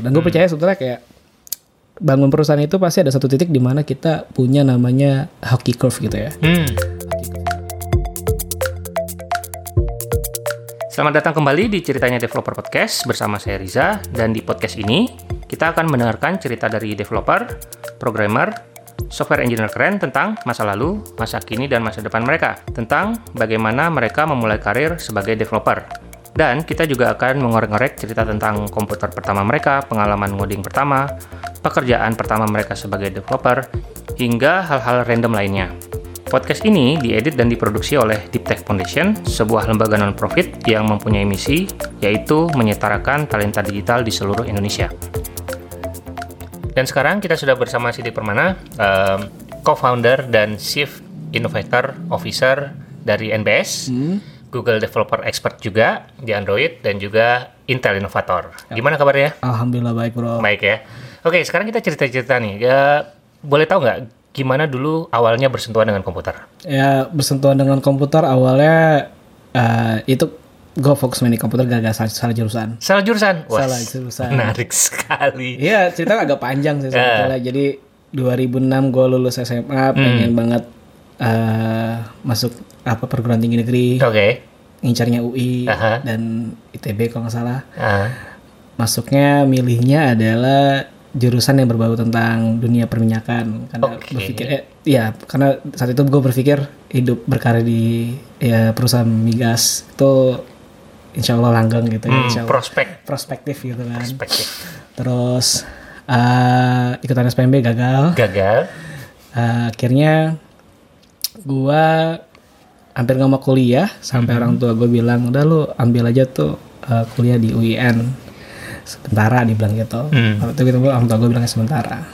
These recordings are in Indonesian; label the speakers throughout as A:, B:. A: Dan gue percaya sebetulnya kayak bangun perusahaan itu pasti ada satu titik di mana kita punya namanya hockey curve gitu ya.
B: Hmm. Selamat datang kembali di Ceritanya Developer Podcast bersama saya Riza dan di podcast ini kita akan mendengarkan cerita dari developer, programmer, software engineer keren tentang masa lalu, masa kini dan masa depan mereka, tentang bagaimana mereka memulai karir sebagai developer. Dan kita juga akan mengorek-ngorek cerita tentang komputer pertama mereka, pengalaman ngoding pertama, pekerjaan pertama mereka sebagai developer, hingga hal-hal random lainnya. Podcast ini diedit dan diproduksi oleh Deep Tech Foundation, sebuah lembaga non-profit yang mempunyai misi, yaitu menyetarakan talenta digital di seluruh Indonesia. Dan sekarang kita sudah bersama Siti Permana, em, co-founder dan chief innovator officer dari NBS, Google Developer Expert juga di Android, dan juga Intel Innovator. Gimana kabarnya?
A: Alhamdulillah baik bro.
B: Baik ya. Oke, sekarang kita cerita-cerita nih. Ya, boleh tahu nggak gimana dulu awalnya bersentuhan dengan komputer?
A: Ya bersentuhan dengan komputer awalnya eh, itu gue fokus main di komputer gara-gara salah, salah jurusan.
B: Salah jurusan. Wah,
A: Salah jurusan.
B: Menarik sekali.
A: Iya cerita agak panjang sih sebetulnya. Jadi 2006 gue lulus SMA pengen banget eh, masuk apa perguruan tinggi negeri,
B: Oke.
A: ngincarnya UI
B: Aha.
A: dan ITB kalau nggak salah.
B: Ah,
A: masuknya milihnya adalah jurusan yang berbau tentang dunia perminyakan karena
B: Oke.
A: berpikir eh, ya karena saat itu gue berpikir hidup berkarya di ya, perusahaan migas itu insya Allah langgeng gitu ya
B: hmm,
A: insya Allah
B: prospek.
A: prospektif gitu kan
B: Perspektif.
A: terus eh, ikutan SPMB gagal
B: Gagal.
A: Eh, akhirnya gua hampir nggak mau kuliah sampai orang tua gue bilang udah lu ambil aja tuh eh, kuliah di UIN sementara dibilang gitu
B: Hmm.
A: waktu itu gitu, orang tua gue bilang sementara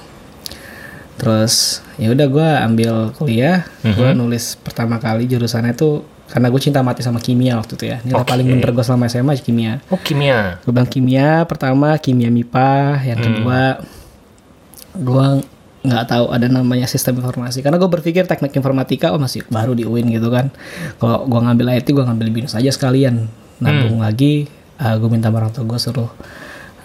A: terus ya udah gua ambil kuliah gua nulis pertama kali jurusannya tuh karena gue cinta mati sama kimia waktu itu ya nilai
B: Oke.
A: paling bener gue selama SMA kimia
B: Oh, kimia.
A: gue bilang kimia pertama kimia mipa yang kedua gue nggak tahu ada namanya sistem informasi karena gue berpikir teknik informatika oh masih baru di UIN gitu kan kalau gue ngambil IT gue ngambil binus aja sekalian nabung lagi gue minta sama orang tua gue suruh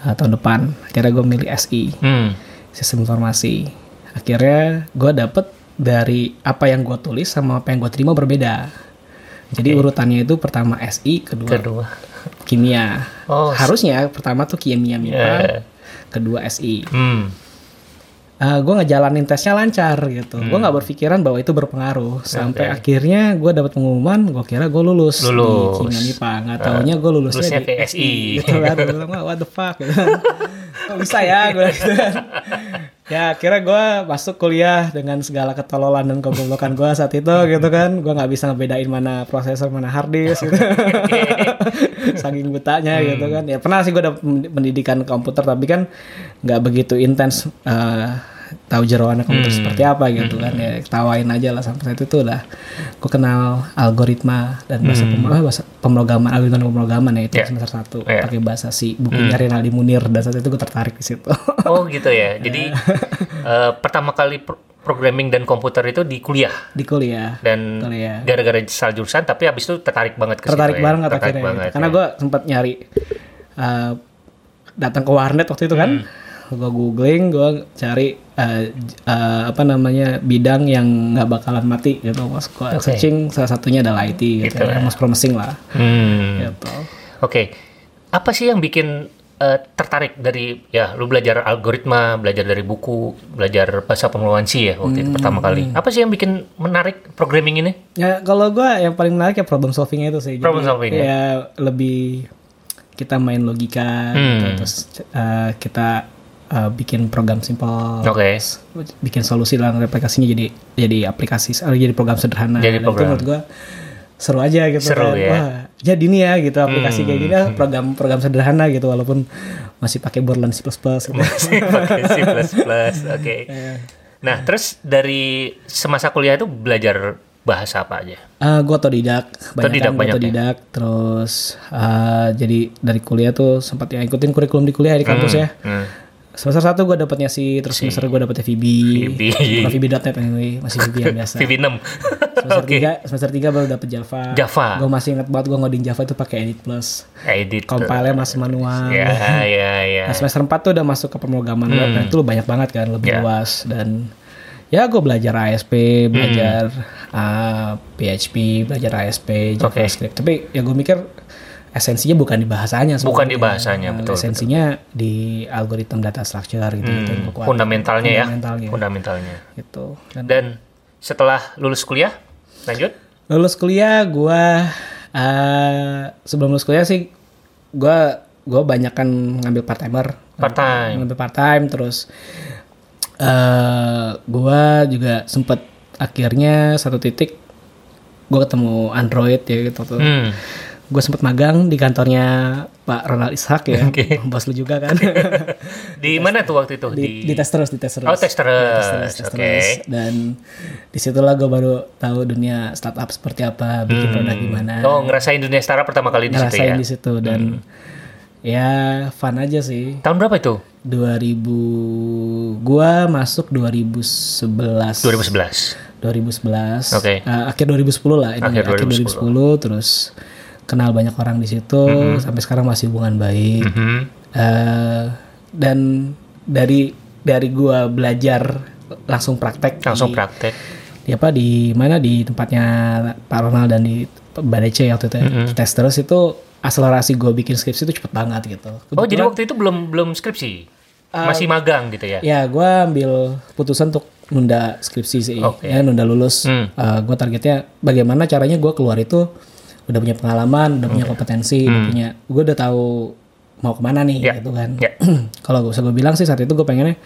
A: eh, tahun depan akhirnya gue milih SI
B: Hmm.
A: sistem informasi akhirnya gue dapet dari apa yang gue tulis sama apa yang gue terima berbeda jadi urutannya itu pertama SI kedua
B: Kedua.
A: kimia.
B: Oh,
A: Harusnya pertama tuh kimia MIPA,
B: Yeah.
A: kedua SI.
B: Hmm.
A: gue ngejalanin tesnya lancar gitu. Gue nggak berpikiran bahwa itu berpengaruh sampai akhirnya gue dapat pengumuman. Gue kira gue lulus,
B: Lulus.
A: di kimia MIPA. Nggak taunya gue lulusnya
B: lulusnya
A: di
B: ke SI.
A: Gitu kan. Gua bilang, "Wah, what the fuck? Gitu. kan. Kok bisa ya gue gitu kan. Ya akhirnya gue masuk kuliah dengan segala ketololan dan kegoblokan gue saat itu gitu kan. Gue nggak bisa ngebedain mana prosesor mana hard disk gitu. saking butanya gitu kan ya pernah sih gue dapet pendidikan komputer tapi kan nggak begitu intens eh, tahu jeroannya komputer
B: Hmm.
A: seperti apa gitu kan ya ketawain aja lah sampai saat itu udah gue kenal algoritma dan bahasa pem- ah, bahasa pemrograman algoritma dan pemrograman ya itu
B: Hmm. Ya.
A: semester satu
B: Ya. Hmm.
A: pakai bahasa si bukunya Rinaldi Munir dan saat itu gue tertarik di situ
B: Oh, gitu ya. Jadi eh, pertama kali pro- programming dan komputer itu di kuliah
A: di kuliah
B: dan
A: Kuliah.
B: gara-gara salah jurusan tapi habis itu tertarik banget ke situ
A: tertarik
B: ya.
A: banget
B: tertarik
A: akhirnya
B: banget.
A: karena
B: ya.
A: gue sempat nyari uh, datang ke warnet waktu itu kan
B: Hmm.
A: gue googling gue cari uh, j- uh, apa namanya bidang yang nggak bakalan mati gitu pas gue
B: Oke.
A: searching salah satunya adalah IT gitu,
B: Gitu
A: ya. most promising lah
B: Hmm.
A: gitu
B: Oke, apa sih yang bikin eh, tertarik dari ya lu belajar algoritma, belajar dari buku, belajar bahasa pemrogramansi ya waktu itu pertama kali.
A: Hmm.
B: Apa sih yang bikin menarik programming ini?
A: ya kalau gue yang paling menarik ya problem solvingnya itu sih Jadi,
B: Problem solving, ya.
A: ya lebih kita main logika gitu.
B: Hmm.
A: terus uh, kita uh, bikin program simple
B: Oke.
A: bikin solusi dalam replikasinya jadi jadi aplikasi eh, jadi program sederhana
B: Jadi
A: Dan
B: program.
A: itu menurut gua seru aja gitu
B: Seru,
A: kan.
B: ya. Hmm.
A: Wah, jadi nih ya gitu aplikasi kayak gini ah, program program sederhana gitu walaupun masih pakai Borland C++ gitu.
B: Pakai C++. Oke. Nah, terus dari semasa kuliah itu belajar bahasa apa aja?
A: Eh, gua otodidak,
B: Otodidak
A: banyak
B: banyak ya?
A: otodidak. Terus eh, jadi dari kuliah tuh sempat ya ikutin kurikulum di kuliah di kampus ya.
B: Hmm.
A: Semester satu gue dapetnya sih, terus semester gue dapetnya VB,
B: VB.
A: Bukan VB.net anyway, masih VB yang biasa.
B: VB6.
A: semester
B: Oke.
A: tiga semester tiga baru dapet Java
B: Java. Gitu.
A: gue masih inget banget gue ngoding Java itu pakai Edit Plus
B: Edit.
A: compile masih manual
B: Ya, ya, ya.
A: Nah, semester 4 tuh udah masuk ke pemrograman web. Nah, itu banyak banget kan, lebih
B: Hmm. Ya.
A: luas dan ya gue belajar ASP, belajar ah,
B: Hmm.
A: PHP, belajar ASP, JavaScript. Tapi ya gue mikir esensinya bukan di bahasanya
B: Bukan di
A: sebenarnya.
B: bahasanya,
A: Nah,
B: betul, Hmm,
A: Esensinya di algoritma data structure gitu, gitu yang kekuatan.
B: Fundamentalnya ya.
A: Fundamentalnya.
B: Fundamentalnya.
A: gitu. Dan
B: Dan setelah lulus kuliah, lanjut?
A: lulus kuliah gua eh, sebelum lulus kuliah sih gua gua banyak kan ngambil part timer
B: Part time.
A: ngambil part time terus eh gua juga sempet akhirnya satu titik gua ketemu Android ya gitu tuh.
B: Hmm.
A: Gue sempet magang di kantornya Pak Ronald Ishak ya,
B: Oke.
A: bos lu juga kan.
B: Di mana tuh waktu itu?
A: di, di tes terus, di tes terus.
B: Oh, tes terus.
A: Terus, terus,
B: Oke.
A: terus. Dan disitulah gue baru tahu dunia startup seperti apa, bikin produk gimana,
B: Oh, ngerasain dunia startup pertama kali di situ ya.
A: ngerasain di situ dan ya fun aja sih.
B: Tahun berapa itu?
A: 2000 gua masuk 2011.
B: 2011.
A: 2011.
B: Oke.
A: Eh, akhir 2010 lah ini.
B: Akhir
A: Akhir, 2010. terus kenal banyak orang di situ
B: Mm-hmm.
A: sampai sekarang masih hubungan baik.
B: Hmm.
A: Eh, dan dari dari gua belajar langsung praktek
B: Langsung
A: di-
B: praktek. Oh,
A: di apa di mana di tempatnya Pak Ronald dan di Badece waktu itu ya.
B: Mm-hmm.
A: tes terus itu akselerasi gue bikin skripsi itu cepet banget gitu.
B: Oh,
A: Kebetulan-
B: jadi
A: Eh,
B: waktu itu belum belum skripsi. Masih magang gitu ya.
A: ya gue ambil putusan untuk nunda skripsi sih,
B: Oke.
A: ya nunda lulus.
B: Hmm.
A: gue targetnya bagaimana caranya gue keluar itu udah punya pengalaman, udah punya kompetensi, udah punya gue udah tahu mau kemana nih
B: Hmm. Ya.
A: gitu kan.
B: Ya.
A: Kalau gue usah gue bilang sih saat itu gue pengennya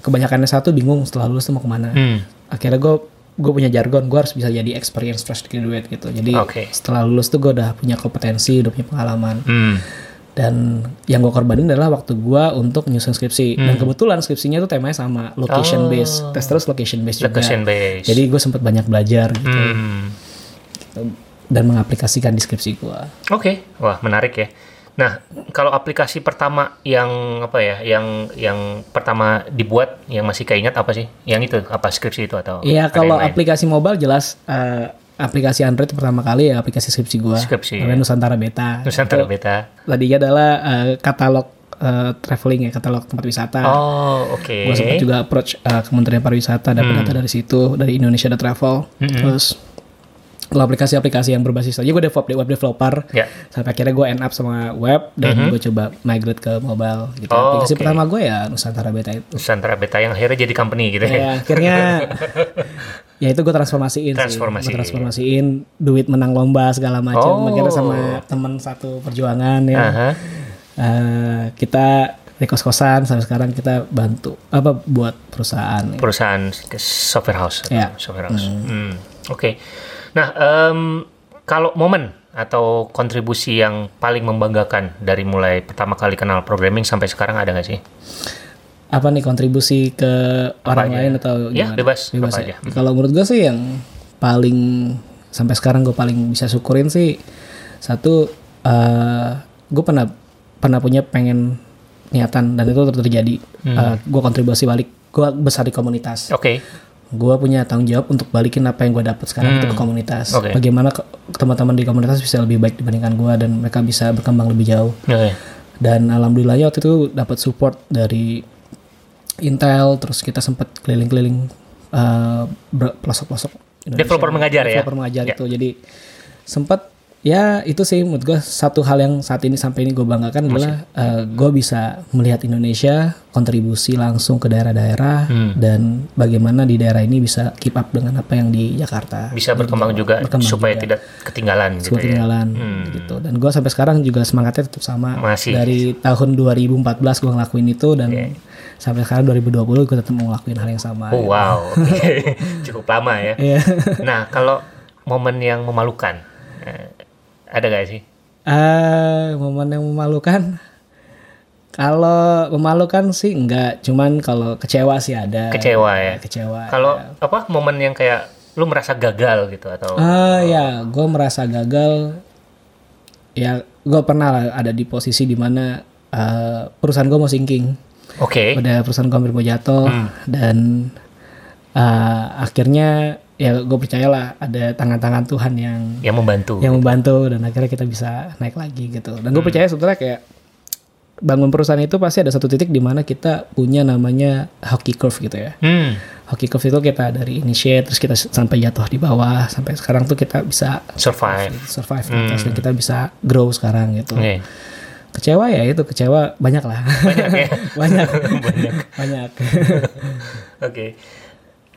A: kebanyakannya satu bingung setelah lulus tuh mau kemana.
B: Hmm.
A: Akhirnya gue gue punya jargon gue harus bisa jadi experience fresh graduate gitu. Jadi
B: Oke.
A: setelah lulus tuh gue udah punya kompetensi, udah punya pengalaman
B: Hmm.
A: dan yang gue korbanin adalah waktu gue untuk nyusun skripsi
B: Hmm.
A: dan kebetulan skripsinya tuh temanya sama location based tes terus location based juga
B: Oh. Location based.
A: jadi gue sempat banyak belajar gitu
B: Hmm.
A: dan mengaplikasikan di skripsi gue
B: Oke, wah menarik ya. Nah, kalau aplikasi pertama yang apa ya, yang yang pertama dibuat yang masih keinget apa sih? Yang itu apa skripsi itu atau?
A: Iya
B: ada
A: kalau
B: yang lain?
A: aplikasi mobile jelas eh, aplikasi Android pertama kali ya aplikasi skripsi gue
B: Skripsi,
A: namanya Nusantara Beta
B: Nusantara Beta.
A: tadinya adalah eh, katalog eh, traveling ya katalog tempat wisata
B: Oh, oke. Hmm.
A: gue sempat juga approach uh, Kementerian Pariwisata dapat data dari situ dari Indonesia ada travel terus kalau aplikasi-aplikasi yang berbasis aja gue develop web developer
B: Ya. Hmm.
A: sampai akhirnya gue end up sama web dan gue coba migrate ke mobile gitu
B: Oh,
A: aplikasi
B: oke.
A: pertama gue ya Nusantara Beta itu
B: Nusantara Beta yang akhirnya jadi company gitu ya.
A: ya akhirnya ya itu gue transformasiin
B: Transformasi.
A: sih gue transformasiin duit menang lomba segala
B: Oh.
A: macam akhirnya sama temen satu perjuangan ya
B: Aha.
A: Eh, kita di kos-kosan sampai sekarang kita bantu apa buat perusahaan ya.
B: Perusahaan software house. atau
A: Ya.
B: Software house. Hmm, Oke. Nah, em, kalau momen atau kontribusi yang paling membanggakan dari mulai pertama kali kenal programming sampai sekarang ada nggak sih?
A: apa nih kontribusi ke orang
B: aja.
A: lain atau
B: Ya,
A: gimana?
B: bebas, apa
A: ya.
B: aja.
A: Kalau menurut gue sih yang paling sampai sekarang gue paling bisa syukurin sih satu eh gue pernah pernah punya pengen niatan dan itu terjadi.
B: Hmm.
A: gue kontribusi balik, gue besar di komunitas
B: Oke.
A: gue punya tanggung jawab untuk balikin apa yang gue dapat sekarang itu ke komunitas.
B: Hmm. Oke.
A: Bagaimana ke- teman-teman di komunitas bisa lebih baik dibandingkan gue dan mereka bisa berkembang lebih jauh.
B: Oke.
A: Dan alhamdulillahnya waktu itu dapat support dari Intel, terus kita sempat keliling-keliling eh, ber- pelosok-pelosok. Indonesia.
B: Developer mengajar ya?
A: Developer mengajar itu. Jadi sempat ya itu sih menurut gue satu hal yang saat ini sampai ini gue banggakan adalah gue bisa melihat Indonesia kontribusi langsung ke daerah-daerah
B: Hmm.
A: dan bagaimana di daerah ini bisa keep up dengan apa yang di Jakarta
B: Bisa berkembang juga
A: Berkembang
B: supaya
A: juga.
B: tidak ketinggalan gitu
A: sebuah ketinggalan gitu dan gue sampai sekarang juga semangatnya tetap sama
B: Masih.
A: dari tahun 2014 gue ngelakuin itu dan sampai sekarang 2020 gue tetap mau ngelakuin hal yang sama gitu.
B: ya. Oh, wow. Oke. Cukup lama ya.
A: Iya.
B: Nah, kalau momen yang memalukan eh, ada nggak sih?
A: Eh, momen yang memalukan kalau memalukan sih enggak cuman kalau kecewa sih ada
B: Kecewa ya.
A: kecewa
B: Kalau apa momen yang kayak lu merasa gagal gitu atau
A: ah ya gue merasa gagal ya gue pernah lah ada di posisi dimana eh, perusahaan gue mau sinking
B: Oke. Hmm.
A: udah perusahaan gue hampir mau jatuh dan eh, akhirnya ya gue percayalah ada tangan-tangan Tuhan yang
B: yang membantu.
A: yang membantu dan akhirnya kita bisa naik lagi gitu. Dan gue
B: Hmm.
A: percaya sebetulnya kayak bangun perusahaan itu pasti ada satu titik di mana kita punya namanya hockey curve gitu ya.
B: Hmm.
A: Hockey curve itu kita dari initiate terus kita sampai jatuh di bawah sampai sekarang tuh kita bisa
B: Survive. Hmm. Iya.
A: survive di atas dan kita bisa grow sekarang gitu.
B: Oke.
A: Kecewa ya itu kecewa banyak lah. Banyak
B: ya?
A: banyak.
B: Banyak.
A: banyak.
B: Oke.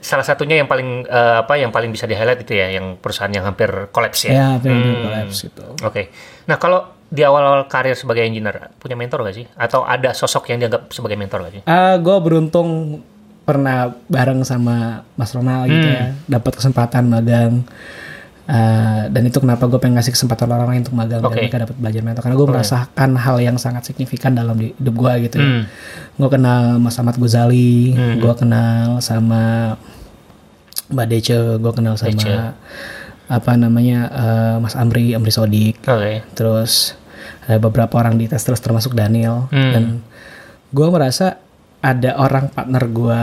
B: Salah satunya yang paling eh, apa yang paling bisa di highlight itu ya yang perusahaan yang hampir kolaps ya.
A: ya, periode
B: Hmm.
A: collapse gitu.
B: Oke. Nah, kalau di awal-awal karir sebagai engineer, punya mentor gak sih? Atau ada sosok yang dianggap sebagai mentor gak sih?
A: Ah, gue beruntung pernah bareng sama Mas Ronald gitu
B: Hmm.
A: ya, dapat kesempatan magang. Ah, dan itu kenapa gue pengen ngasih kesempatan orang lain untuk magang
B: Oke.
A: dan mereka dapat belajar mentor karena gue merasakan hal yang sangat signifikan dalam di- hidup gue gitu ya.
B: Hmm.
A: Gue kenal Mas Ahmad Ghazali, gue kenal sama Mbak Dece, gue kenal sama
B: Dece.
A: apa namanya eh, Mas Amri, Amri Sodik
B: Oke.
A: terus ada beberapa orang di tes terus termasuk Daniel
B: Hmm.
A: dan gue merasa ada orang partner gue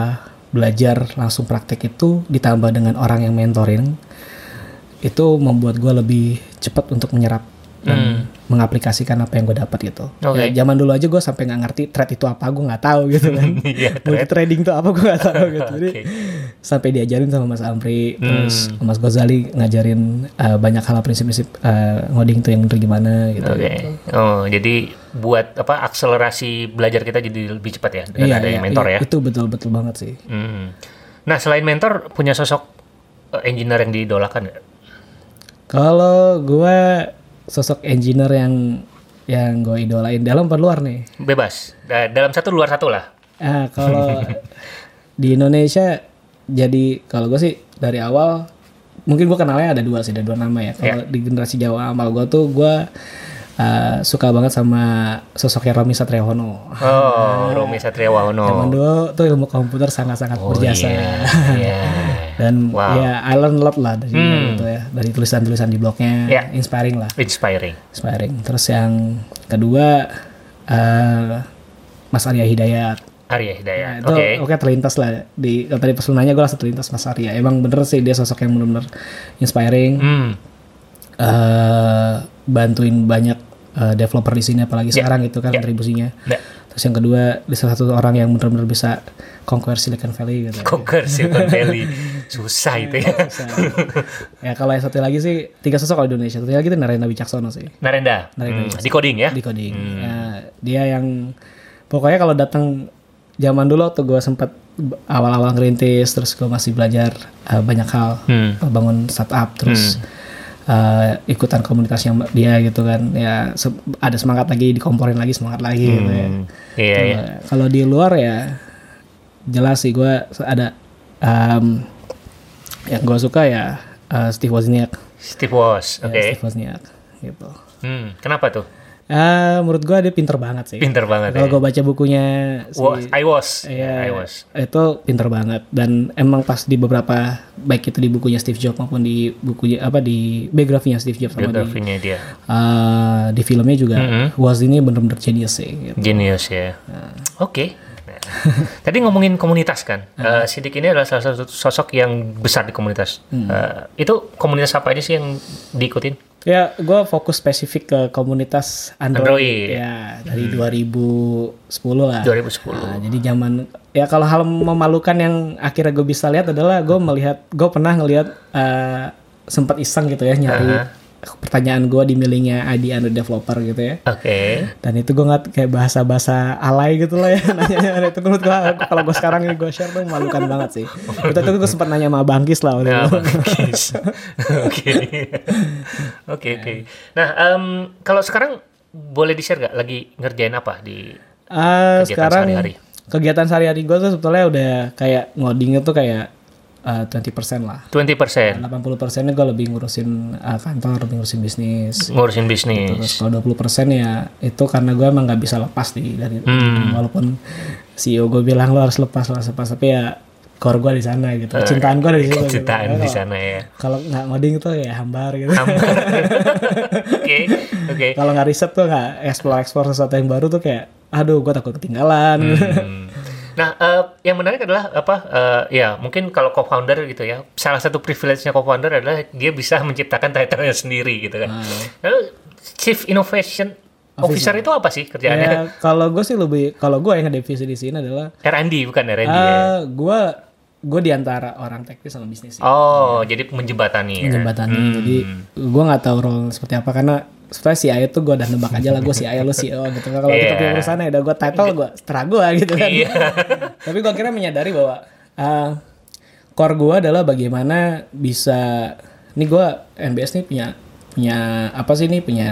A: belajar langsung praktek itu ditambah dengan orang yang mentoring itu membuat gue lebih cepat untuk menyerap dan mengaplikasikan apa yang gue dapat gitu.
B: Hmm. Oke.
A: Ya, zaman dulu aja gue sampai nggak ngerti trade itu apa gue nggak tahu gitu kan.
B: Iya,
A: Multi trading itu apa gue nggak tahu gitu. Jadi
B: Oke. Hmm.
A: sampai diajarin sama Mas Amri terus Mas Ghazali ngajarin eh, banyak hal prinsip-prinsip eh, ngoding tuh yang bener gimana gitu.
B: Oke. Oh, jadi buat apa akselerasi belajar kita jadi lebih cepat ya dengan ada yang mentor
A: iya,
B: ya.
A: Itu betul-betul banget sih.
B: Hmm. Nah, selain mentor punya sosok eh, engineer yang didolakan nggak?
A: Kalau gua sosok engineer yang yang gue idolain dalam apa luar nih?
B: Bebas. Da- dalam satu luar satu lah.
A: Ah, kalau di Indonesia jadi kalau gue sih dari awal mungkin gue kenalnya ada dua sih ada dua nama ya. Kalau di generasi Jawa amal gue tuh gue eh, suka banget sama sosoknya Romi Satriahono.
B: Oh, Romi Satria
A: Zaman
B: Wahono.
A: dulu tuh ilmu komputer sangat-sangat
B: Oh
A: berjasa.
B: iya. Iya.
A: Dan
B: Wow. Hmm.
A: ya I learn a lot lah dari gitu ya, dari tulisan-tulisan di blognya,
B: Iya.
A: inspiring lah,
B: Inspiring.
A: inspiring. Terus yang kedua eh, Mas Arya Hidayat.
B: Arya Hidayat.
A: Nah,
B: Oke.
A: itu oke terlintas lah di kalau tadi pas lu nanya gue langsung terlintas Mas Arya. Emang bener sih dia sosok yang bener-bener inspiring,
B: Hmm.
A: eh, bantuin banyak eh, developer di sini apalagi
B: Iya.
A: sekarang gitu kan
B: Iya.
A: kontribusinya.
B: Nah,
A: Terus yang kedua dia salah satu orang yang bener-bener bisa conquer Silicon Valley gitu.
B: Conquer Silicon Valley. Susah itu ya.
A: Bisa. ya kalau yang satu lagi sih tiga sosok kalau di Indonesia satu lagi itu Narendra Wicaksono sih
B: Narenda.
A: Narenda
B: Hmm, Di coding ya.
A: di coding Ya, dia yang pokoknya kalau datang zaman dulu tuh gue sempat awal-awal ngerintis terus gue masih belajar eh, banyak hal
B: Hmm.
A: bangun startup terus eh, ikutan komunitas yang dia gitu kan ya se- ada semangat lagi dikomporin lagi semangat lagi gitu ya
B: Hmm. Iya, iya.
A: Nah, Kalau di luar ya jelas sih gue ada em, yang gue suka ya eh, Steve Wozniak,
B: Steve Woz.
A: Ya,
B: Oke.
A: Steve Wozniak gitu.
B: Hmm, kenapa tuh?
A: Eh, menurut gue dia pinter banget sih.
B: Pinter banget ya.
A: Kalau gue baca bukunya si-
B: Was, I was.
A: ya,
B: I was.
A: itu pinter banget dan emang pas di beberapa baik itu di bukunya Steve Jobs maupun di bukunya apa di biografinya Steve Jobs sama di
B: Biografinya dia.
A: eh, di filmnya juga Wozniak ini bener-bener genius sih. gitu.
B: Genius ya. Oke. Nah, Tadi ngomongin komunitas kan. Eh, Sidik ini adalah salah satu sosok yang besar di komunitas. Eh, itu komunitas apa aja sih yang diikutin?
A: Ya, gue fokus spesifik ke komunitas Android.
B: Android.
A: Ya, dari 2010 lah.
B: 2010.
A: Nah, jadi zaman ya kalau hal memalukan yang akhirnya gue bisa lihat adalah gue melihat gue pernah ngelihat eh, sempat iseng gitu ya nyari pertanyaan gue di mailingnya ID Android developer gitu ya.
B: Oke.
A: Dan itu gue ngat kayak bahasa-bahasa alay gitu lah ya nanya itu menurut gue kalau gue sekarang ini gue share tuh memalukan banget sih. Waktu itu gue sempat nanya sama Bangkis lah waktu
B: Nah,
A: itu. Ah,
B: bagus. Oke. Oke, oke. Nah, em, kalau sekarang boleh di-share nggak lagi ngerjain apa di
A: Ah,
B: Kegiatan
A: sekarang
B: sehari-hari.
A: kegiatan sehari-hari gue tuh sebetulnya udah kayak ngodingnya tuh kayak eh, 20% lah.
B: 20%
A: 80 persennya gue lebih ngurusin eh, kantor, lebih ngurusin bisnis.
B: ngurusin
A: Terus
B: bisnis?
A: kalau 20 ya itu karena gue emang nggak bisa lepas di dari
B: Hmm.
A: walaupun CEO gue bilang lo harus lepas, lo harus lepas tapi ya core gue di sana gitu, kecintaan gue ada di situ. gitu.
B: Citaan Eh, di sana ya.
A: Kalau nggak ngoding tuh ya hambar gitu.
B: Oke, oke.
A: kalau nggak riset tuh nggak explore explore sesuatu yang baru tuh kayak aduh gue takut ketinggalan.
B: Hmm. Nah, eh, yang menarik adalah apa? eh, ya, mungkin kalau co-founder gitu ya, salah satu privilege-nya co-founder adalah dia bisa menciptakan title-nya sendiri gitu kan. Lalu Chief Innovation Officer, itu apa sih kerjaannya?
A: Ya, kalau gue sih lebih kalau gue yang nge-divisi di sini adalah
B: R&D bukan R&D ya.
A: eh, gue gue diantara orang teknis sama bisnis sih.
B: Oh, jadi menjembatani. ya kan?
A: jembatannya. Jadi gue nggak tahu role seperti apa karena setelah si Ayo tuh gue udah nebak aja lah gue si Ayo lu CEO gitu kan kalau kita
B: Iya.
A: punya perusahaan ya udah gue title gue setera gue gitu kan
B: Iya.
A: tapi gue kira menyadari bahwa ah, core gue adalah bagaimana bisa ini gue NBS nih punya punya apa sih nih punya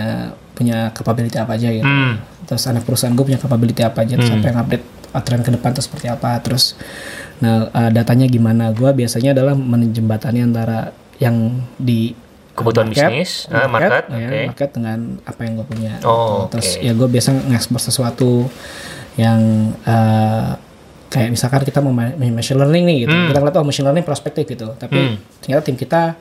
A: punya capability apa aja gitu
B: Hmm.
A: terus anak perusahaan gue punya capability apa aja terus apa yang update aturan ke depan terus seperti apa terus nah eh, datanya gimana gue biasanya adalah menjembatani antara yang di
B: Kebutuhan bisnis, ah, market,
A: ya,
B: oke.
A: market dengan apa yang gue punya
B: Oh,
A: terus
B: oke.
A: ya gue biasa ngekspor sesuatu yang eh, kayak misalkan kita mau ma- machine learning nih
B: Hmm.
A: gitu kita ngeliat oh machine learning prospektif gitu tapi ternyata tim kita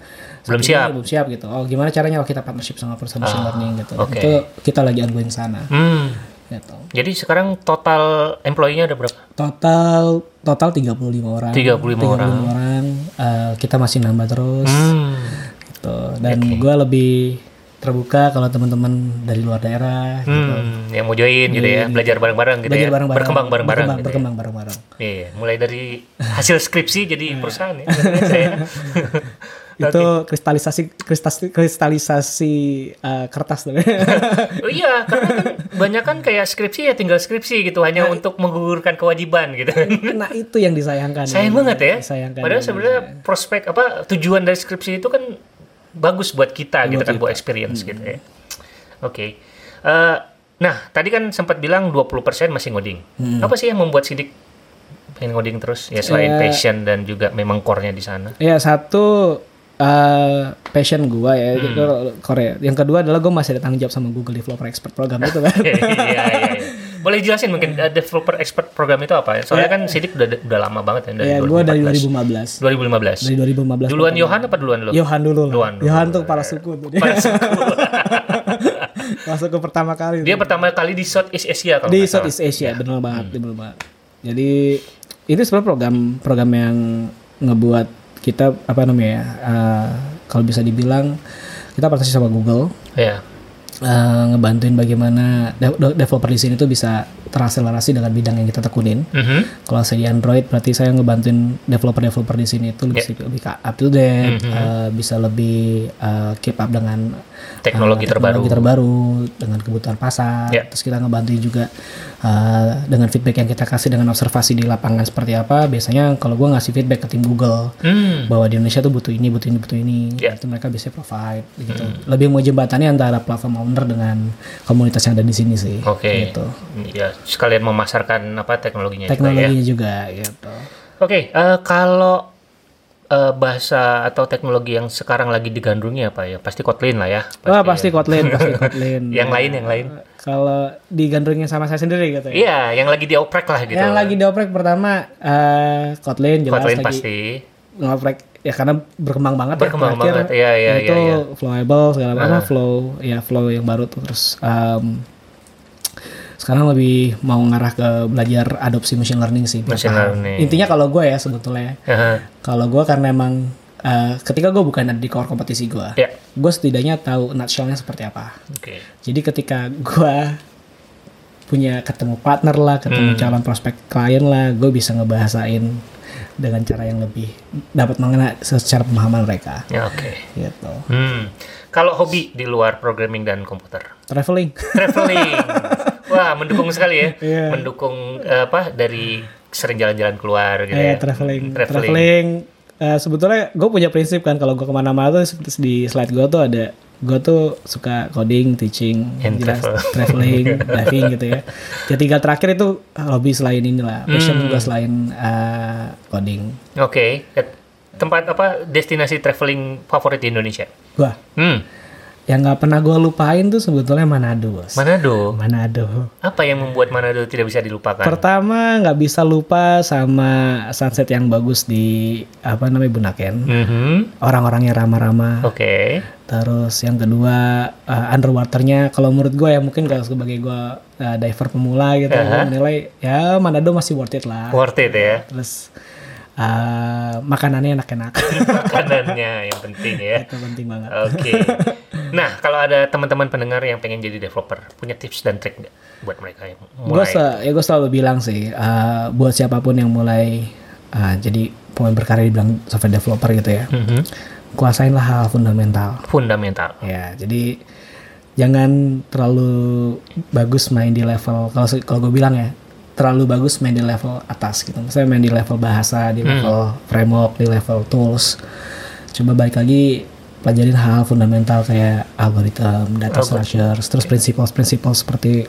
A: saat
B: Belum
A: ini
B: siap. Ah,
A: belum siap gitu oh gimana caranya oh kita partnership sama perusahaan machine learning gitu
B: oke.
A: itu kita lagi ongoing sana
B: Hmm.
A: gitu
B: Jadi sekarang total employee-nya ada berapa?
A: total total 35 orang
B: 35 orang.
A: orang Eh, kita masih nambah terus
B: Hmm.
A: gitu dan gue lebih terbuka kalau teman-teman dari luar daerah gitu.
B: Hmm, yang mau join gitu ya, belajar bareng-bareng
A: Iya,
B: gitu
A: belajar
B: ya.
A: bareng-bareng
B: Berkembang bareng-bareng.
A: berkembang,
B: gitu ya.
A: berkembang bareng-bareng
B: Iya, mulai dari hasil skripsi jadi
A: Iya.
B: perusahaan ya. Saya.
A: itu kristalisasi kristas- kristalisasi eh, kertas tuh
B: Oh iya, karena kan banyak kan kayak skripsi ya tinggal skripsi gitu
A: Iya.
B: hanya untuk menggugurkan kewajiban gitu.
A: nah itu yang disayangkan
B: Sayang banget ya.
A: disayangkan
B: Padahal sebenarnya
A: iya.
B: prospek apa tujuan dari skripsi itu kan bagus buat kita gitu kan buat experience gitu
A: Hmm.
B: ya. Oke. Eh, nah, tadi kan sempat bilang 20% masih ngoding. Apa sih yang membuat Sidik pengen ngoding terus? Ya selain
A: Hmm. Eh,
B: passion dan juga memang core-nya di sana.
A: ya satu eh, passion gua ya itu
B: Hmm.
A: Korea yang kedua adalah gue masih ada tanggung jawab sama Google Developer Expert program itu kan
B: Iya, iya, iya. Boleh jelasin mungkin eh, developer expert program itu apa ya? Soalnya kan Sidik udah udah lama banget ya dari
A: ya gue Eh. dari 2015 dari
B: 2015.
A: 2015
B: Duluan Yohan apa duluan lo?
A: Yohan dulu lah.
B: Yohan dulu.
A: Yohan tuh kepala suku tuh dia. Masuk ke pertama kali.
B: Dia pertama kali di Southeast Asia kalau
A: di
B: nggak salah.
A: Southeast Asia bener
B: Hmm.
A: banget, bener banget. Jadi itu sebenarnya program program yang ngebuat kita apa namanya ya? eh, kalau bisa dibilang kita partnership sama Google
B: Iya.
A: eh, ngebantuin bagaimana de- de- developer di sini tuh bisa terakselerasi dengan bidang yang kita tekunin.
B: Mhm.
A: Kalau saya di Android berarti saya ngebantuin developer-developer di sini itu
B: Ya.
A: lebih, lebih up to date,
B: Mhm.
A: eh, bisa lebih eh, keep up dengan
B: Teknologi
A: eh, teknologi terbaru dengan kebutuhan pasar.
B: Ya.
A: Terus kita ngebantu juga eh, dengan feedback yang kita kasih dengan observasi di lapangan seperti apa. Biasanya kalau gua ngasih feedback ke tim Google
B: Hmm.
A: bahwa di Indonesia tuh butuh ini, butuh ini, butuh ini.
B: Ya. Mhm.
A: Itu mereka biasanya provide gitu. Lebih mau jembatannya antara platform owner dengan komunitas yang ada di sini sih.
B: Oke.
A: Gitu.
B: Ya, sekalian memasarkan apa teknologinya juga ya.
A: Teknologinya juga gitu.
B: Oke, eh, kalau eh, bahasa atau teknologi yang sekarang lagi digandrungi apa ya? Pasti Kotlin lah ya.
A: Wah Ah, pasti Kotlin, pasti Kotlin.
B: Yang lain, yang lain.
A: Kalau digandrungnya sama saya sendiri gitu ya.
B: Iya, yang lagi dioprek lah gitu.
A: Yang lagi dioprek pertama eh Kotlin jelas
B: Kotlin
A: lagi
B: pasti.
A: ngoprek ya karena berkembang banget ya,
B: Berkembang
A: terakhir.
B: banget, iya, iya,
A: itu
B: iya, Nah.
A: flowable segala macam flow ya flow yang baru tuh terus em, sekarang lebih mau ngarah ke belajar adopsi machine learning sih.
B: Machine
A: bertahap.
B: learning.
A: Intinya kalau gue ya sebetulnya
B: Aha.
A: kalau gue karena emang eh, ketika gue bukan ada di core kompetisi gue,
B: Ya.
A: gue setidaknya tahu nutshellnya seperti apa.
B: Oke.
A: Jadi ketika gua punya ketemu partner lah, ketemu
B: Hmm.
A: calon prospek klien lah, gue bisa ngebahasain dengan cara yang lebih dapat mengena secara pemahaman mereka.
B: Ya, oke.
A: Gitu.
B: Hmm. Kalau hobi di luar programming dan komputer.
A: Traveling.
B: traveling. Wah, mendukung sekali ya.
A: Iya.
B: Mendukung eh, apa dari sering jalan-jalan keluar gitu
A: Eh,
B: ya.
A: traveling.
B: Traveling.
A: Traveling. Eh, sebetulnya gue punya prinsip kan kalau gue kemana-mana tuh seperti di slide gue tuh ada gue tuh suka coding, teaching,
B: And travel.
A: traveling, diving gitu ya. Jadi tiga terakhir itu hobi selain inilah, passion
B: Hmm.
A: gue selain eh, coding.
B: Oke. Tempat apa destinasi traveling favorit di Indonesia?
A: Gua
B: Hmm.
A: yang nggak pernah gue lupain tuh sebetulnya Manado bos.
B: Manado.
A: Manado.
B: Apa yang membuat Manado tidak bisa dilupakan?
A: Pertama nggak bisa lupa sama sunset yang bagus di apa namanya Bunaken.
B: Mhm.
A: Orang-orangnya
B: Oh.
A: ramah-ramah.
B: Oke.
A: Terus yang kedua uh, underwaternya kalau menurut gue ya mungkin kalau sebagai gue uh, diver pemula gitu gue menilai ya Manado masih worth it lah.
B: Worth it ya.
A: Terus uh, makanannya enak-enak.
B: Makanannya yang penting ya.
A: Itu penting banget.
B: Oke. Nah, kalau ada teman-teman pendengar yang pengen jadi developer, punya tips dan trik nggak buat mereka yang
A: Gue
B: mulai?
A: ya gue selalu bilang sih uh, buat siapapun yang mulai uh, jadi pemain berkarya dibilang software developer gitu ya.
B: Mhm.
A: Kuasainlah hal fundamental.
B: Fundamental.
A: Ya, jadi jangan terlalu bagus main di level kalau se- kalau gue bilang ya terlalu bagus main di level atas gitu. Misalnya main di level bahasa, di level framework, di level tools. Coba balik lagi pelajarin hal fundamental kayak algorithm, data structures, terus prinsipal-prinsipal seperti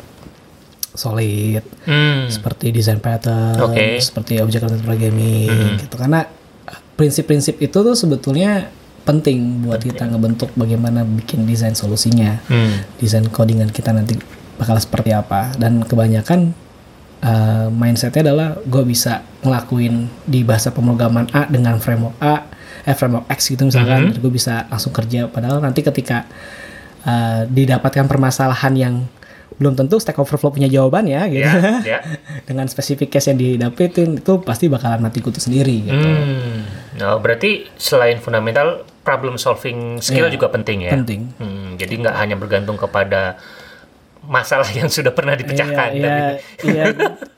A: solid,
B: Hmm.
A: seperti design pattern,
B: Oke.
A: seperti object oriented programming gitu. Karena prinsip-prinsip itu tuh sebetulnya penting buat kita ngebentuk bagaimana bikin desain solusinya.
B: Hmm.
A: Desain codingan kita nanti bakal seperti apa dan kebanyakan eh, mindsetnya adalah gue bisa ngelakuin di bahasa pemrograman A dengan framework A, eh framework X gitu misalkan, gue bisa langsung kerja. Padahal nanti ketika eh, didapatkan permasalahan yang belum tentu Stack Overflow punya jawabannya gitu
B: Ya, ya.
A: dengan spesifik case yang didapetin itu pasti bakalan mati kutu sendiri gitu.
B: Hmm. Nah, berarti selain fundamental, problem solving skill juga penting ya.
A: Iya. Penting.
B: Hmm, jadi nggak hanya bergantung kepada masalah yang sudah pernah
A: Iya,
B: dipecahkan.
A: iya,
B: tapi- ya,
A: iya.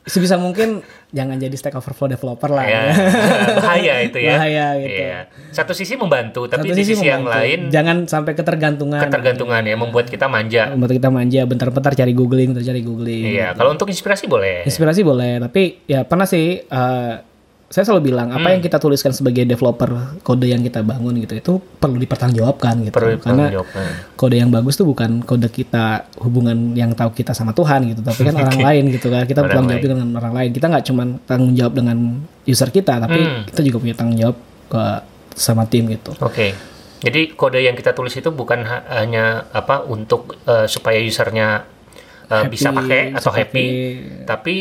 A: sebisa mungkin jangan jadi stack overflow developer lah.
B: Ya,
A: ya.
B: bahaya itu ya.
A: Bahaya gitu.
B: Iya. Satu sisi membantu, tapi
A: Satu
B: di sisi, yang
A: membantu.
B: lain
A: jangan sampai ketergantungan.
B: ketergantungan ya membuat kita manja.
A: Membuat kita manja bentar-bentar cari googling, bentar cari googling.
B: Iya, kalau untuk inspirasi boleh.
A: Inspirasi boleh, tapi ya pernah sih eh, saya selalu bilang
B: Hmm.
A: apa yang kita tuliskan sebagai developer kode yang kita bangun gitu itu perlu dipertanggungjawabkan gitu.
B: Perlu
A: Karena
B: dipertanggungjawabkan.
A: kode yang bagus tuh bukan kode kita hubungan yang tahu kita sama Tuhan gitu tapi kan orang lain gitu kan kita
B: Orang
A: bertanggung jawab dengan orang lain kita nggak cuman tanggung jawab dengan user kita tapi
B: Hmm.
A: kita juga punya tanggung jawab ke sama tim gitu
B: Oke. Jadi kode yang kita tulis itu bukan ha- hanya apa untuk eh, supaya usernya eh, bisa
A: Happy,
B: pakai atau
A: bisa
B: happy,
A: pakai.
B: tapi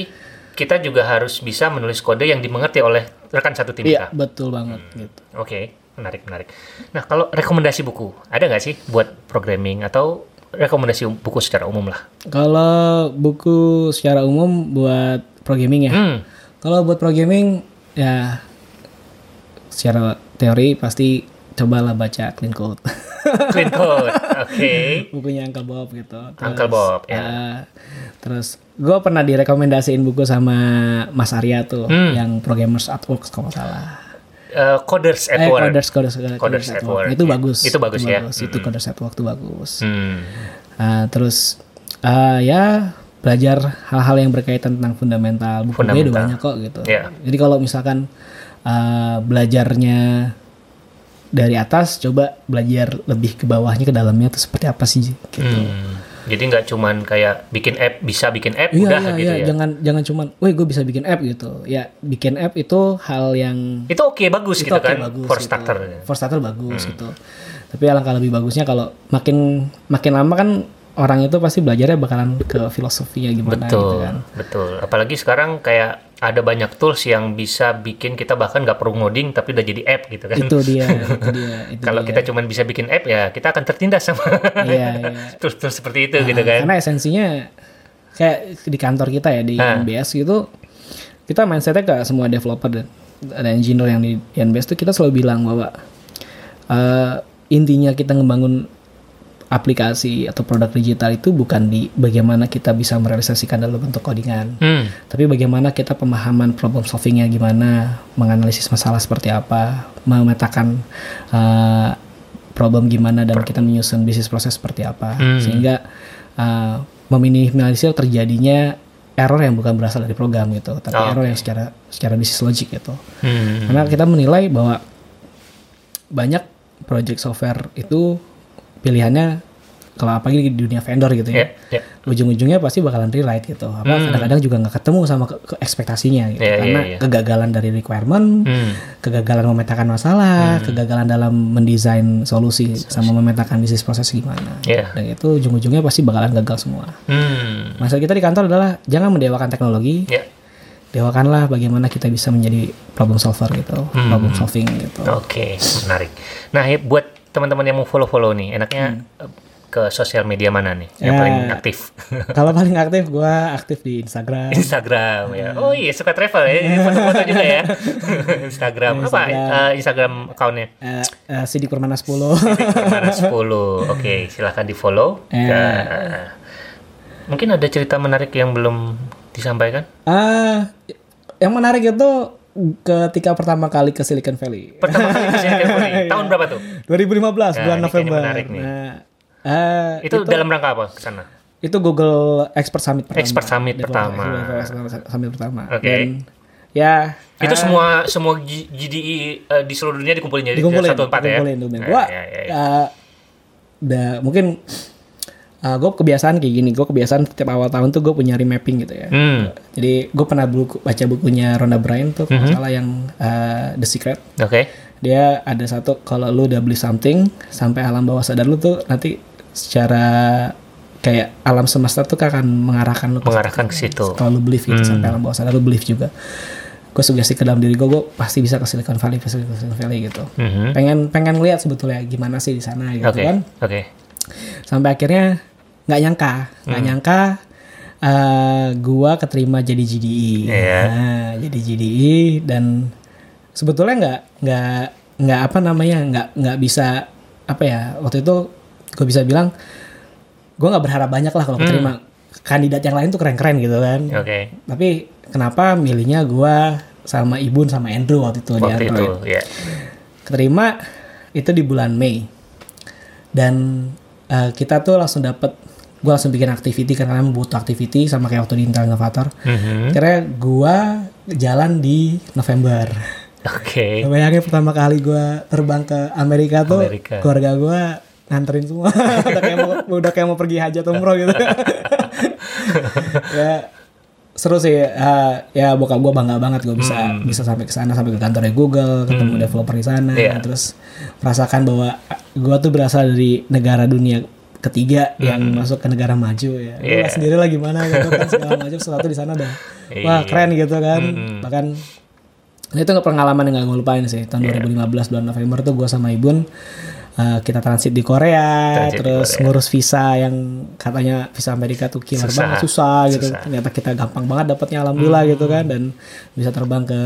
B: kita juga harus bisa menulis kode yang dimengerti oleh rekan satu tim
A: iya
B: kita.
A: betul banget
B: Hmm.
A: gitu
B: Oke, menarik menarik. Nah, kalau rekomendasi buku ada nggak sih buat programming atau rekomendasi um- buku secara umum lah?
A: kalau buku secara umum buat programming ya
B: Hmm,
A: kalau buat programming ya secara teori pasti cobalah baca clean code
B: clean code. Oke.
A: bukunya Uncle Bob gitu.
B: Uncle Bob, ya.
A: eh, terus gue pernah direkomendasiin buku sama Mas Arya tuh
B: Hmm.
A: yang Programmers at Work kalau nggak salah.
B: Eh, coders
A: eh
B: at Work.
A: Coders Coders
B: Coders at Work,
A: Itu
B: ya.
A: bagus.
B: Itu bagus ya.
A: Itu Coders at Work itu bagus.
B: Hmm.
A: Eh, terus eh, ya belajar hal-hal yang berkaitan tentang fundamental. Bukunya udah
B: Fundamental.
A: banyak kok gitu.
B: Ya.
A: Jadi kalau misalkan eh, belajarnya dari atas coba belajar lebih ke bawahnya ke dalamnya tuh seperti apa sih gitu.
B: Hmm. Jadi nggak cuman kayak bikin app bisa bikin app
A: Iya,
B: udah
A: iya,
B: gitu
A: iya.
B: ya.
A: Jangan jangan cuman, "Wih, gue bisa bikin app" gitu. Ya, bikin app itu hal yang
B: Itu oke bagus
A: itu
B: gitu
A: oke,
B: kan for
A: gitu.
B: starter. Hmm.
A: For starter bagus gitu. Tapi alangkah lebih bagusnya kalau makin makin lama kan orang itu pasti belajarnya bakalan ke filosofinya gimana gitu
B: Betul,
A: kan.
B: betul. Apalagi sekarang kayak ada banyak tools yang bisa bikin kita bahkan nggak perlu ngoding tapi udah jadi app gitu kan.
A: Itu dia, itu dia, itu
B: Kalau
A: dia.
B: kita cuman bisa bikin app ya kita akan tertindas sama
A: Iya, iya.
B: tools-tools seperti itu gitu kan.
A: Karena esensinya kayak di kantor kita ya di
B: Ah.
A: NBS gitu kita mindsetnya ke semua developer dan ada engineer yang di NBS tuh kita selalu bilang bahwa eh, intinya kita ngebangun aplikasi atau produk digital itu bukan di bagaimana kita bisa merealisasikan dalam bentuk codingan
B: Hmm.
A: tapi bagaimana kita pemahaman problem solvingnya gimana, menganalisis masalah seperti apa, memetakan uh, problem gimana dan kita menyusun bisnis proses seperti apa,
B: Hmm.
A: sehingga uh, meminimalisir terjadinya error yang bukan berasal dari program gitu, tapi
B: Oh,
A: error yang secara secara bisnis logic gitu.
B: Hmm.
A: Karena kita menilai bahwa banyak project software itu pilihannya kalau apalagi di dunia vendor gitu
B: Iya,
A: ya
B: iya.
A: ujung-ujungnya pasti bakalan relate gitu apa kadang-kadang juga nggak ketemu sama ke- ke- ekspektasinya gitu
B: Hmm. Iya, iya,
A: karena
B: iya.
A: kegagalan dari requirement
B: Hmm.
A: kegagalan memetakan masalah kegagalan dalam mendesain solusi sama memetakan bisnis proses gimana
B: Iya.
A: dan itu ujung-ujungnya pasti bakalan gagal semua
B: Hmm.
A: masa kita di kantor adalah jangan mendewakan teknologi
B: Ya.
A: dewakanlah bagaimana kita bisa menjadi problem solver gitu
B: Hmm.
A: problem solving gitu
B: Oke, menarik. Nah, ya, buat teman-teman yang mau follow-follow nih, enaknya
A: Hmm.
B: eh, ke sosial media mana nih yang
A: Ya.
B: paling aktif?
A: kalau paling aktif gua aktif di Instagram
B: Instagram ya. Oh iya, suka travel ya. Foto-foto juga ya. Instagram. Apa eh, Instagram accountnya?
A: eh eh, Sidik Permana 10
B: Permana 10. Oke, silahkan di follow.
A: Eh.
B: mungkin ada cerita menarik yang belum disampaikan.
A: Ah, yang menarik itu ketika pertama kali ke Silicon Valley.
B: Pertama kali saya telepon nih, tahun berapa tuh?
A: 2015
B: Nah,
A: bulan
B: ini kayaknya
A: November.
B: menarik nih.
A: Nah, eh, itu,
B: Itu, dalam rangka apa ke sana?
A: itu Google Expert Summit pertama.
B: Expert Summit
A: Itu
B: pertama.
A: Google Expert Summit pertama.
B: Oke.
A: Dan ya
B: Itu semua semua G- GDI eh, di seluruh dunia dikumpulin jadi
A: dikumpulin,
B: satu tempat ya.
A: dikumpulin, dikumpulin.
B: Ya,
A: Gua,
B: ya, ya, ya.
A: eh, da- mungkin gue kebiasaan kayak gini. Gue kebiasaan tiap awal tahun tuh gue punya remapping gitu ya.
B: Hmm,
A: Jadi gue pernah buku, baca bukunya Ronda Bryan tuh kalau nggak salah yang eh, The Secret.
B: oke.
A: dia ada satu kalau lu udah beli something sampai alam bawah sadar lu tuh nanti secara kayak alam semesta tuh akan mengarahkan lu ke
B: Mengarahkan ke situ. Hmm.
A: kalau lu believe gitu sampai alam bawah sadar lu believe juga gue sugesti ke dalam diri gue gue pasti bisa ke Silicon Valley pasti ke Silicon Valley gitu
B: Mhm.
A: pengen pengen lihat sebetulnya gimana sih di sana gitu
B: Oke.
A: kan
B: Oke.
A: sampai akhirnya nggak nyangka nggak
B: Hmm.
A: nyangka eh, gua keterima jadi GDI
B: Iya.
A: Nah, jadi GDI dan sebetulnya nggak nggak nggak apa namanya nggak nggak bisa apa ya waktu itu gue bisa bilang gua nggak berharap banyak lah kalau
B: Hmm.
A: keterima kandidat yang lain tuh keren-keren gitu kan
B: Oke.
A: tapi kenapa milihnya gua sama Ibun sama Andrew waktu itu
B: Waktu
A: di
B: itu
A: Android
B: ya.
A: keterima itu di bulan Mei dan eh, kita tuh langsung dapet gue langsung bikin activity karena memang butuh activity sama kayak waktu di Intel Innovator
B: Mhm.
A: akhirnya gue jalan di November
B: Oke.
A: bayangin pertama kali gue terbang ke Amerika tuh
B: Amerika.
A: keluarga gue nganterin semua udah kayak mau udah kayak mau pergi hajat umroh gitu ya seru sih Eh, ya bokap gue bangga banget gue bisa
B: Hmm.
A: bisa sampai ke sana sampai ke kantornya Google ketemu developer di sana
B: Iya.
A: terus merasakan bahwa gue tuh berasal dari negara dunia ketiga yang masuk ke negara maju ya Lu
B: Iya.
A: lah sendiri lah gimana gitu kan segala macam sesuatu di sana dah wah
B: Iya.
A: keren gitu kan bahkan Nah, itu nggak pengalaman yang gak gue lupain sih tahun
B: Iya.
A: 2015 bulan November tuh gue sama Ibun eh, kita transit di Korea
B: Transit di
A: terus
B: Korea.
A: ngurus visa yang katanya visa Amerika tuh killer
B: Susah.
A: banget susah gitu
B: Susah. Hmm.
A: ternyata kita gampang banget dapatnya alhamdulillah gitu kan dan bisa terbang ke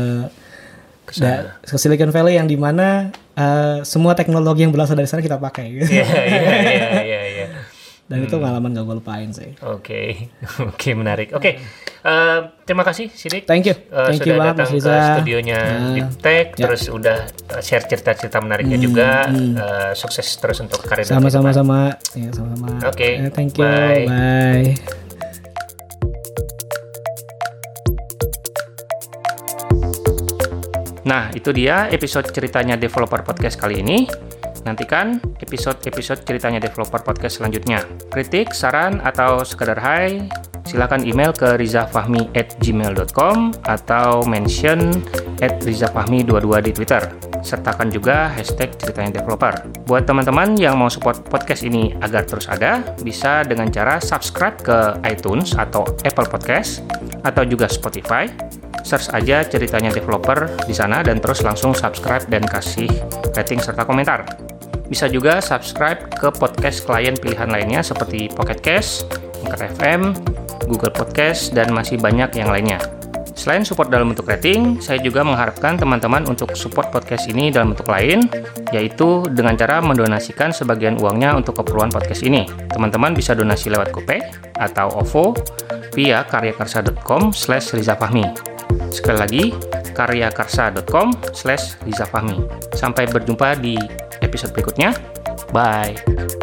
A: da- ke Silicon Valley yang dimana eh, semua teknologi yang berasal dari sana kita pakai gitu.
B: Iya, iya, iya, iya, iya.
A: dan itu pengalaman gak gue lupain sih
B: Oke. Oke, menarik. Oke. Eh, terima kasih Sidik.
A: thank you
B: Eh,
A: thank
B: sudah
A: you banget
B: datang
A: Mas
B: ke
A: Riza Nah, Eh, ya.
B: studionya Deep Tech, terus udah eh, share cerita-cerita menariknya juga. Eh, sukses terus untuk karir dan
A: Hmm, sama-sama sama ya sama-sama
B: Oke,
A: Ya, thank you
B: bye.
A: bye.
B: Nah, itu dia episode ceritanya Developer Podcast kali ini. Nantikan episode-episode ceritanya Developer Podcast selanjutnya. Kritik, saran, atau sekedar hai, silakan email ke rizafahmi at gmail.com atau mention at rizafahmi22 di Twitter. Sertakan juga hashtag ceritanya developer. Buat teman-teman yang mau support podcast ini agar terus ada, bisa dengan cara subscribe ke iTunes atau Apple Podcast atau juga Spotify search aja ceritanya developer di sana dan terus langsung subscribe dan kasih rating serta komentar. Bisa juga subscribe ke podcast klien pilihan lainnya seperti Pocket Cast, Anchor FM, Google Podcast, dan masih banyak yang lainnya. Selain support dalam bentuk rating, saya juga mengharapkan teman-teman untuk support podcast ini dalam bentuk lain, yaitu dengan cara mendonasikan sebagian uangnya untuk keperluan podcast ini. Teman-teman bisa donasi lewat GoPay atau OVO via karyakarsa.com slash rizafahmi. Sekali lagi, karyakarsa.com slash rizafahmi. Sampai berjumpa di episode berikutnya. Bye!